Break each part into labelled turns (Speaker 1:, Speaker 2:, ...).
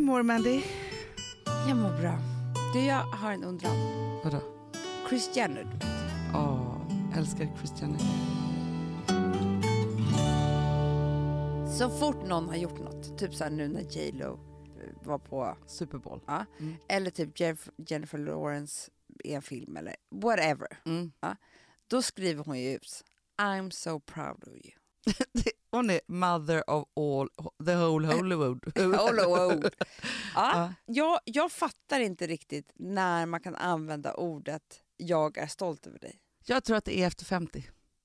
Speaker 1: mår Mandy?
Speaker 2: Jag mår bra. Du, jag har en undran.
Speaker 1: Vadå?
Speaker 2: Chris Jenner, du vet.
Speaker 1: Åh, älskar Christiane.
Speaker 2: så fort någon har gjort något, typ så här nu när J Lo var på,
Speaker 1: Super Bowl.
Speaker 2: ja,
Speaker 1: Mm.
Speaker 2: eller typ Jennifer- Jennifer Lawrence i en film eller whatever,
Speaker 1: Mm.
Speaker 2: då skriver hon ju ut I'm so proud of you.
Speaker 1: Hon är mother of all, the whole Hollywood.
Speaker 2: Olo, oh.
Speaker 1: Ja.
Speaker 2: ja, jag, jag fattar inte riktigt när man kan använda ordet jag är stolt över dig.
Speaker 1: Jag tror att det är efter 50.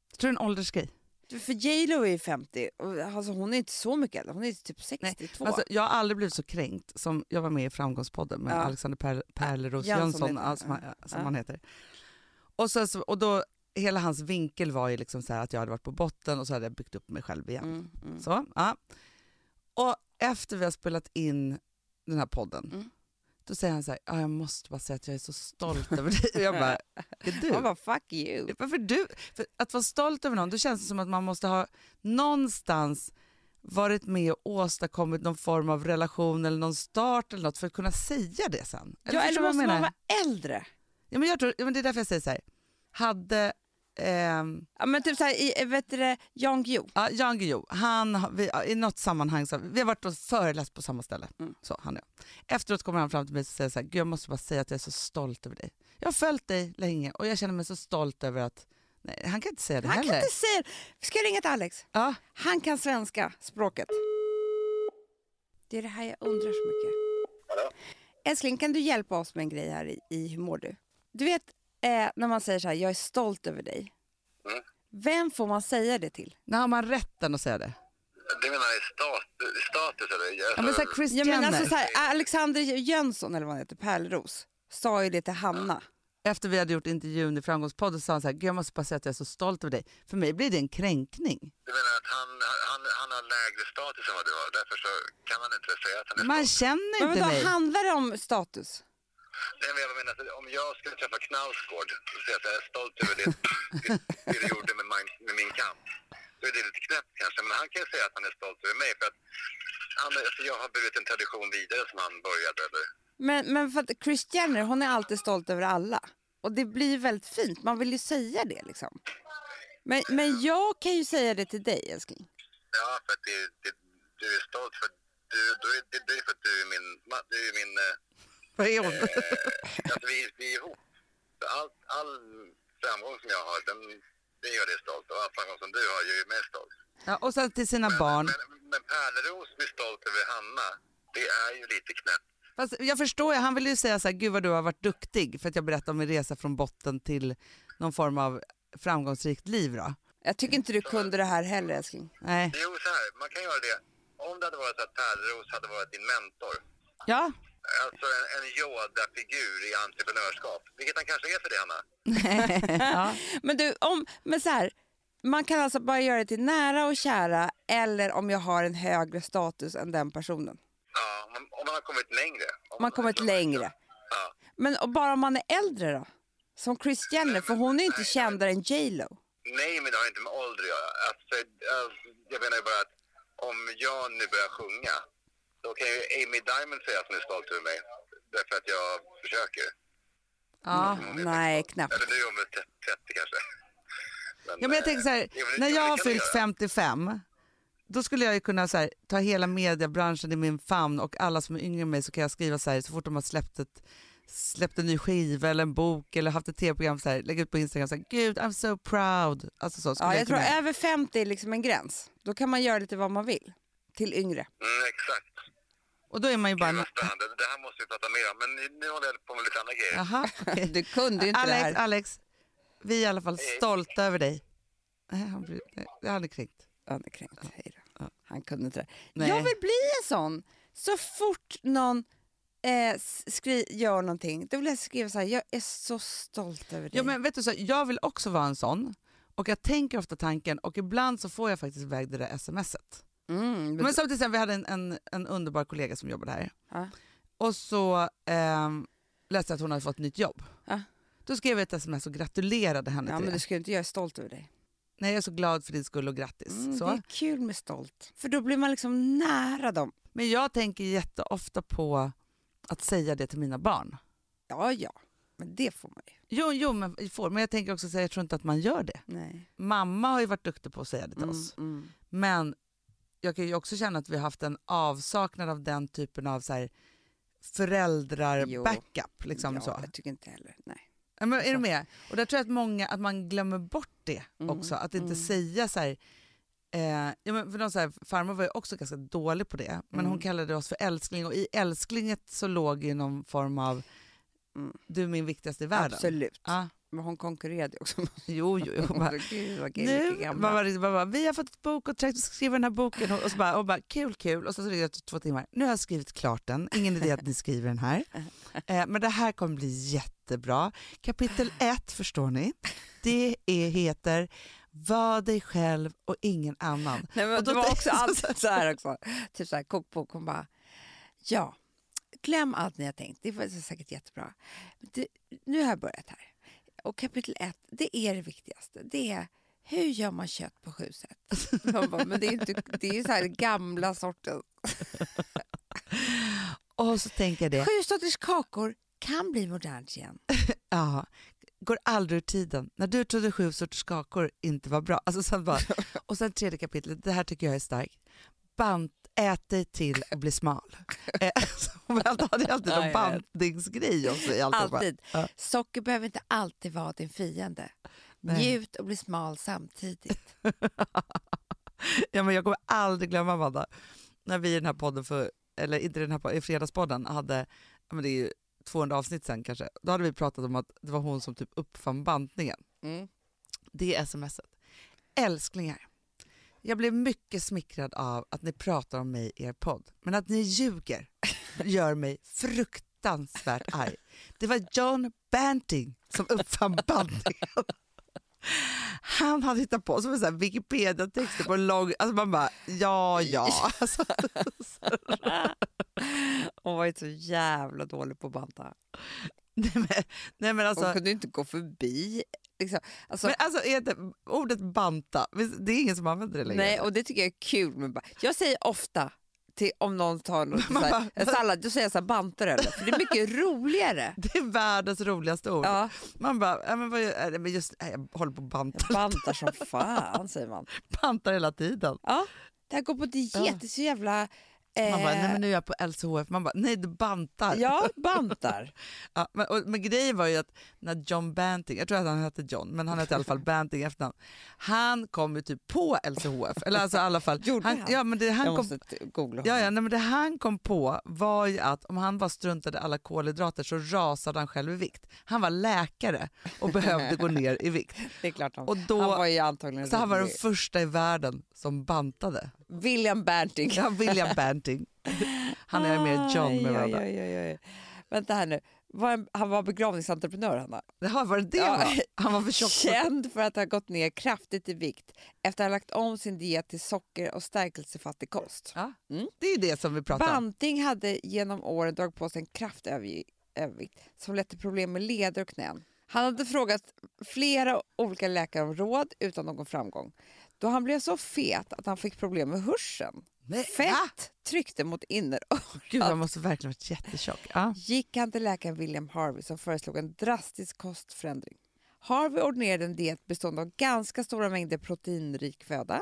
Speaker 1: Jag tror det är en åldersgrej.
Speaker 2: För J Lo är ju 50, och alltså hon är inte så mycket äldre, hon är typ 62.
Speaker 1: Alltså, jag har aldrig blivit så kränkt som jag var med i Framgångspodden med
Speaker 2: Ja.
Speaker 1: Alexander per Perleros
Speaker 2: Jansson
Speaker 1: Jönsson,
Speaker 2: heter
Speaker 1: ja,
Speaker 2: han.
Speaker 1: som, han, som
Speaker 2: Ja.
Speaker 1: han heter. Och, sen, så- och då, hela hans vinkel var ju liksom så här att jag hade varit på botten och så hade jag byggt upp mig själv igen.
Speaker 2: mm, mm.
Speaker 1: Så, ja. Och efter vi har spelat in den här podden,
Speaker 2: Mm.
Speaker 1: då säger han så här, "Ja, jag måste bara säga att jag är så stolt över dig. Och jag bara, är du?
Speaker 2: Hon bara fuck you.
Speaker 1: Varför du? För att vara stolt över någon, då känns det som att man måste ha någonstans varit med och åstadkommit någon form av relation eller någon start eller något för att kunna säga det sen.
Speaker 2: ja,
Speaker 1: förstår
Speaker 2: eller
Speaker 1: du vad jag
Speaker 2: måste man
Speaker 1: menar?
Speaker 2: vara äldre?
Speaker 1: ja, men jag tror, ja, men det är därför jag säger så här. Hade ehm,
Speaker 2: Ja, men typ såhär, i, vet du det, Jan Guillou.
Speaker 1: ja, Jan Guillou, han, har- vi, ja, i något sammanhang, så, vi har varit och föreläst på samma ställe.
Speaker 2: Mm.
Speaker 1: Så, han och jag. Efteråt kommer han fram till mig och säger så här, Gud, jag måste bara säga att jag är så stolt över dig. Jag har följt dig länge och jag känner mig så stolt över att, nej han kan inte säga det
Speaker 2: Han
Speaker 1: heller.
Speaker 2: kan inte säga Ska jag ringa till Alex?
Speaker 1: ja.
Speaker 2: Han kan svenska språket. Det är det här jag undrar så mycket. Älskling, kan du hjälpa oss med en grej här i, i Hur mår du? Du vet eh, när man säger så här, jag är stolt över dig.
Speaker 3: Mm.
Speaker 2: Vem får man säga det till?
Speaker 1: När har man rätten att säga det?
Speaker 3: Du menar stat, status eller?
Speaker 1: Ja, men så här, Chris
Speaker 2: Jag menar
Speaker 1: Jenner,
Speaker 2: alltså så här, Alexander Jönsson eller vad han heter, Pärleros, sa ju det till Hanna.
Speaker 1: efter vi hade gjort intervjun i Framgångspodden sa han så här, "Gud, jag måste bara säga att jag är så stolt över dig. För mig blir det en kränkning.
Speaker 3: Du menar att han, han, han har lägre status än vad du har, därför så kan man inte säga att han är
Speaker 1: Man
Speaker 3: stolt.
Speaker 1: känner
Speaker 2: Men
Speaker 1: inte
Speaker 2: då
Speaker 1: mig.
Speaker 2: handlar det om status?
Speaker 3: Nej, men jag menar att om jag skulle träffa Knausgård och säga att jag är stolt över det, det du gjorde med, min, med min kamp, då är det lite knäppt kanske. Men han kan ju säga att han är stolt över mig för att han, alltså, jag har burit en tradition vidare som han började. Eller?
Speaker 2: Men, men för att Chris Jenner, hon är alltid stolt över alla. Och det blir väldigt fint, man vill ju säga det liksom. Men, men jag kan ju säga det till dig älskling.
Speaker 3: Ja, för att det, det, du är stolt för du, du, det, det är för att du är min, ma- du är min eh,
Speaker 1: Vad är hon?
Speaker 3: Alltså, vi, vi är ihop. Så All, all framgång som jag har, den, den gör dig stolt. Och all framgång som du har gör mig stolt.
Speaker 1: Ja, och sen till sina barn.
Speaker 3: Men, men Pärleros blir stolt över Hanna. Det är ju lite knäppt.
Speaker 1: Fast jag förstår, ju, han vill ju säga så här, gud vad du har varit duktig för att jag berättar om min resa från botten till någon form av framgångsrikt liv då.
Speaker 2: Jag tycker inte du kunde det här heller älskling.
Speaker 1: Nej.
Speaker 3: Jo, så här, man kan göra det. Om det hade varit så att Pärleros hade varit din mentor,
Speaker 1: Ja,
Speaker 3: alltså en, en Yoda-figur i entreprenörskap, vilket han kanske är för dig, Hanna.
Speaker 1: ja.
Speaker 2: Men du, om, men så här, man kan alltså bara göra det till nära och kära eller om jag har en högre status än den personen.
Speaker 3: Ja, om, om man har kommit längre. Om
Speaker 2: Man har kommit längre.
Speaker 3: Ja.
Speaker 2: Men och bara om man är äldre då? Som Chris Jenner, för hon är ju inte kändare än J Lo.
Speaker 3: Nej, men det har inte med ålder att göra. Alltså, alltså, jag menar ju bara att om jag nu börjar sjunga, då kan ju Amy Diamond säga att hon är stolt över mig. Därför att jag försöker.
Speaker 1: ja.
Speaker 2: Nej, knappt.
Speaker 3: Eller nu är hon väl 30 kanske.
Speaker 1: Ja, men jag tänker så här,
Speaker 3: Jo, men eh, det-
Speaker 1: när
Speaker 3: jo, men
Speaker 1: jag
Speaker 3: det
Speaker 1: har
Speaker 3: kan vi
Speaker 1: fyllt
Speaker 3: göra.
Speaker 1: 55, då skulle jag ju kunna så här, ta hela mediebranschen i min famn och alla som är yngre än mig så kan jag skriva så här, så fort de har släppt, ett, släppt en ny skiva eller en bok eller haft ett tv-program, så här, lägga ut på Instagram så här, gud I'm so proud. Alltså så skulle
Speaker 2: Ja, jag tror
Speaker 1: kunna.
Speaker 2: över 50 är liksom en gräns. Då kan man göra lite vad man vill. Till yngre.
Speaker 3: Mm, exakt.
Speaker 1: Och då är man ju bara,
Speaker 3: Gud, vad spännande. Det här måste vi prata mer om. Men nu håller jag på med lite andra grejer.
Speaker 1: jaha, okej.
Speaker 2: Du kunde ju inte det
Speaker 1: Alex,
Speaker 2: här.
Speaker 1: Alex, vi är i alla fall
Speaker 2: Eh.
Speaker 1: stolta över dig. Nej, han blir, nej, han är kränkt.
Speaker 2: Ja, det kan jag inte. Hej då. Han kunde inte det.
Speaker 1: Nej.
Speaker 2: Jag vill bli en sån. Så fort någon eh, s- skri- gör någonting, då vill jag skriva så här, jag är så stolt över dig.
Speaker 1: Ja, men vet du, så, här, jag vill också vara en sån och jag tänker ofta tanken och ibland så får jag faktiskt iväg det där smset.
Speaker 2: mm,
Speaker 1: Men samtidigt, så här, vi hade en, en, en underbar kollega som jobbade här
Speaker 2: Ja.
Speaker 1: och så ehm, läste jag att hon hade fått nytt jobb.
Speaker 2: Ja.
Speaker 1: Då skrev jag ett sms och gratulerade henne
Speaker 2: Ah. ja,
Speaker 1: till
Speaker 2: men
Speaker 1: det.
Speaker 2: du ska ju inte, jag är stolt över dig.
Speaker 1: Nej, jag är så glad för din skull och grattis.
Speaker 2: Mm, det
Speaker 1: så.
Speaker 2: är kul med stolt. För då blir man liksom nära dem.
Speaker 1: Men jag tänker jätteofta på att säga det till mina barn.
Speaker 2: Ja, ja. Men det får man ju.
Speaker 1: Jo, jo men, får, men jag tänker också säga jag tror inte att man gör det.
Speaker 2: Nej.
Speaker 1: Mamma har ju varit duktig på att säga det till oss.
Speaker 2: Mm.
Speaker 1: Men jag kan ju också känna att vi har haft en avsaknad av den typen av så här,
Speaker 2: Jo.
Speaker 1: föräldrar-backup. Liksom
Speaker 2: ja,
Speaker 1: så.
Speaker 2: Jag tycker inte heller. Nej.
Speaker 1: Ja, men är du med? Och där tror jag att många att man glömmer bort det
Speaker 2: Mm,
Speaker 1: också. Att inte säga så här... Eh, ja, men för någon så här, farmor var ju också ganska dålig på det, men
Speaker 2: Mm.
Speaker 1: hon kallade oss för älskling och i älsklinget så låg ju någon form av du är min viktigaste i världen.
Speaker 2: Mm. Absolut.
Speaker 1: Ja,
Speaker 2: Men hon konkurrerade ju också. med oss.
Speaker 1: jo, jo, jo. Bara,
Speaker 2: Gud vad gay,
Speaker 1: nu,
Speaker 2: vilken gammal.
Speaker 1: man bara, man bara, vi har fått ett bokkontrakt, vi ska skriva den här boken och, och så bara, och bara kul, kul. Och så ringde jag efter två timmar, nu har jag skrivit klart den, ingen idé att ni skriver den här. Eh, men det här kommer bli jättebra. Kapitel ett, förstår ni, det är, heter Var dig själv och ingen annan.
Speaker 2: Nej, men
Speaker 1: Och då
Speaker 2: det var
Speaker 1: tänkte
Speaker 2: också
Speaker 1: jag
Speaker 2: alltid så här också. Typ så här kokbok. Hon bara, ja, glöm allt ni har tänkt. Det var säkert jättebra. Det, nu har jag börjat här. Och kapitel ett, det är det viktigaste. Det är hur gör man kött på sju sätt? Hon bara, men det är ju inte, det är ju så här gamla sorten.
Speaker 1: Och så tänker jag det,
Speaker 2: Sju sorters kakor kan bli modernt igen.
Speaker 1: ja, går aldrig ur tiden. När du trodde sju sorters kakor inte var bra. Alltså, sen bara, och sen tredje kapitlet, det här tycker jag är starkt. Bant, ät dig till och bli smal. Eh, så hon hade ju alltid
Speaker 2: Ja,
Speaker 1: en
Speaker 2: jag vet.
Speaker 1: bantningsgrej också i alltihopa.
Speaker 2: Alltid.
Speaker 1: Ja.
Speaker 2: Socker behöver inte alltid vara din fiende.
Speaker 1: Nej.
Speaker 2: Njut och bli smal samtidigt.
Speaker 1: Ja, men jag kommer aldrig glömma Amanda, när vi i den här podden, för, eller inte i den här podden, i Fredagspodden hade, ja, men det är ju 200 avsnitt sen kanske, då hade vi pratat om att det var hon som typ uppfann bantningen.
Speaker 2: Mm.
Speaker 1: Det är smset. Älsklingar, jag blev mycket smickrad av att ni pratar om mig i er podd, men att ni ljuger gör mig fruktansvärt arg. Det var John Banting som uppfann bantningen. Han hade hittat på som en sån här Wikipedia-texter på en lång... Alltså man bara, ja, ja. Alltså,
Speaker 2: Hon var ju så jävla dålig på att banta.
Speaker 1: nej, men, nej men
Speaker 2: Hon
Speaker 1: alltså,
Speaker 2: kunde ju inte gå förbi. Liksom. Alltså,
Speaker 1: men alltså är det, ordet banta, visst, det är ingen som använder det längre.
Speaker 2: nej, och det tycker jag är kul. Men bara, jag säger ofta till, om någon tar något, så här, en sallad, då säger jag så här, bantar du eller? För det är mycket roligare.
Speaker 1: Det är världens roligaste ord.
Speaker 2: Ja,
Speaker 1: Man bara, ja, men vad, gör- nej, men just, nej, jag håller på och bantar,
Speaker 2: jag bantar som fan säger man.
Speaker 1: bantar hela tiden.
Speaker 2: Ja, det här går på diet,
Speaker 1: Ja.
Speaker 2: det är så jävla...
Speaker 1: Man bara,
Speaker 2: eh,
Speaker 1: nej men nu är jag på LCHF. Man bara, nej du bantar.
Speaker 2: Ja, bantar.
Speaker 1: Ja, men, och, men grejen var ju att när John Banting, jag tror att han hette John, men han hette i alla fall Banting i efternamn. Han kom ju typ på LCHF. Eller alltså i alla fall.
Speaker 2: Gjorde han?
Speaker 1: Ja, men det, han kom,
Speaker 2: jag måste t- googla
Speaker 1: ja, ja,
Speaker 2: honom.
Speaker 1: nej, men det han kom på var ju att om han bara struntade i alla kolhydrater så rasade han själv i vikt. Han var läkare och behövde gå ner i vikt.
Speaker 2: Det är klart han,
Speaker 1: Och då-
Speaker 2: han var ju antagligen
Speaker 1: Så han var den
Speaker 2: rolig.
Speaker 1: första i världen som bantade.
Speaker 2: William Banting.
Speaker 1: Ja, William Banting. Han är mer John med
Speaker 2: Aj, aj,
Speaker 1: varandra.
Speaker 2: aj, aj, aj. Vänta här nu. Var en, han var begravningsentreprenör, Hanna.
Speaker 1: Jaha, var det det
Speaker 2: Ja.
Speaker 1: var? Han var för tjock.
Speaker 2: Känd för att ha gått ner kraftigt i vikt efter att ha lagt om sin diet till socker och stärkelsefattig kost.
Speaker 1: Ja,
Speaker 2: Mm.
Speaker 1: det är ju det som vi pratar om.
Speaker 2: Banting hade genom åren dragit på sig en kraftig övervikt som lett till problem med leder och knän. Han hade frågat flera olika läkare om råd utan någon framgång. Då han blev så fet att han fick problem med hörseln.
Speaker 1: Nej, va?
Speaker 2: Fett tryckte mot innerörat.
Speaker 1: Gud, han måste verkligen varit jättetjock. Ja.
Speaker 2: gick han till läkaren William Harvey som föreslog en drastisk kostförändring. Harvey ordinerade en diet bestående av ganska stora mängder proteinrik föda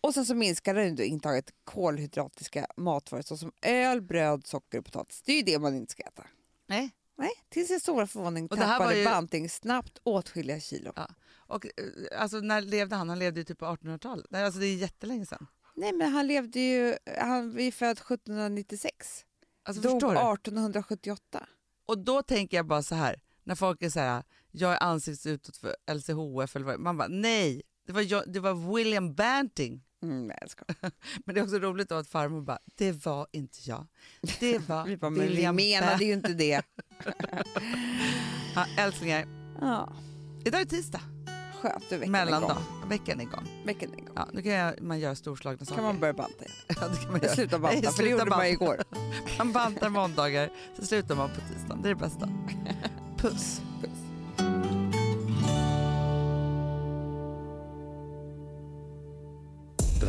Speaker 2: och sen så minskade han då intaget kolhydratiska matvaror såsom öl, bröd, socker och potatis. Det är ju det man inte ska äta.
Speaker 1: Nej.
Speaker 2: Nej, till sin stora förvåning
Speaker 1: Och det här var
Speaker 2: tappade
Speaker 1: ju-
Speaker 2: Banting snabbt åtskilliga kilo.
Speaker 1: Ja. Och, eh, alltså, när levde han? Han levde ju typ på 1800-talet. Nej, alltså, det är jättelänge sedan.
Speaker 2: Nej, men han levde ju... Han är ju född 1796.
Speaker 1: Alltså,
Speaker 2: Dog
Speaker 1: förstår du?
Speaker 2: 1878.
Speaker 1: Och då tänker jag bara så här, när folk är så här, jag är ansiktsutåt för LCHF eller vad det är. Man bara, nej, det var, jag, det var William Banting.
Speaker 2: Mm, nej, jag skojar.
Speaker 1: Men det är också roligt då att farmor bara, det var inte jag. Det var
Speaker 2: Vi bara, men vi
Speaker 1: William
Speaker 2: menade ju inte det.
Speaker 1: Banting. Ja, älsklingar,
Speaker 2: Ja,
Speaker 1: idag är tisdag,
Speaker 2: skönt. Du veckan är igång.
Speaker 1: mellandag. Veckan är igång.
Speaker 2: Veckan är igång.
Speaker 1: Ja, nu kan jag, man göra storslagna saker.
Speaker 2: kan man börja banta igen.
Speaker 1: ja, det kan man göra.
Speaker 2: Sluta banta,
Speaker 1: Nej,
Speaker 2: för det
Speaker 1: sluta
Speaker 2: gjorde man
Speaker 1: banta.
Speaker 2: ju igår.
Speaker 1: Man bantar måndagar, så slutar man på tisdagen. Det är det bästa. Puss.
Speaker 2: Puss.
Speaker 4: Det Den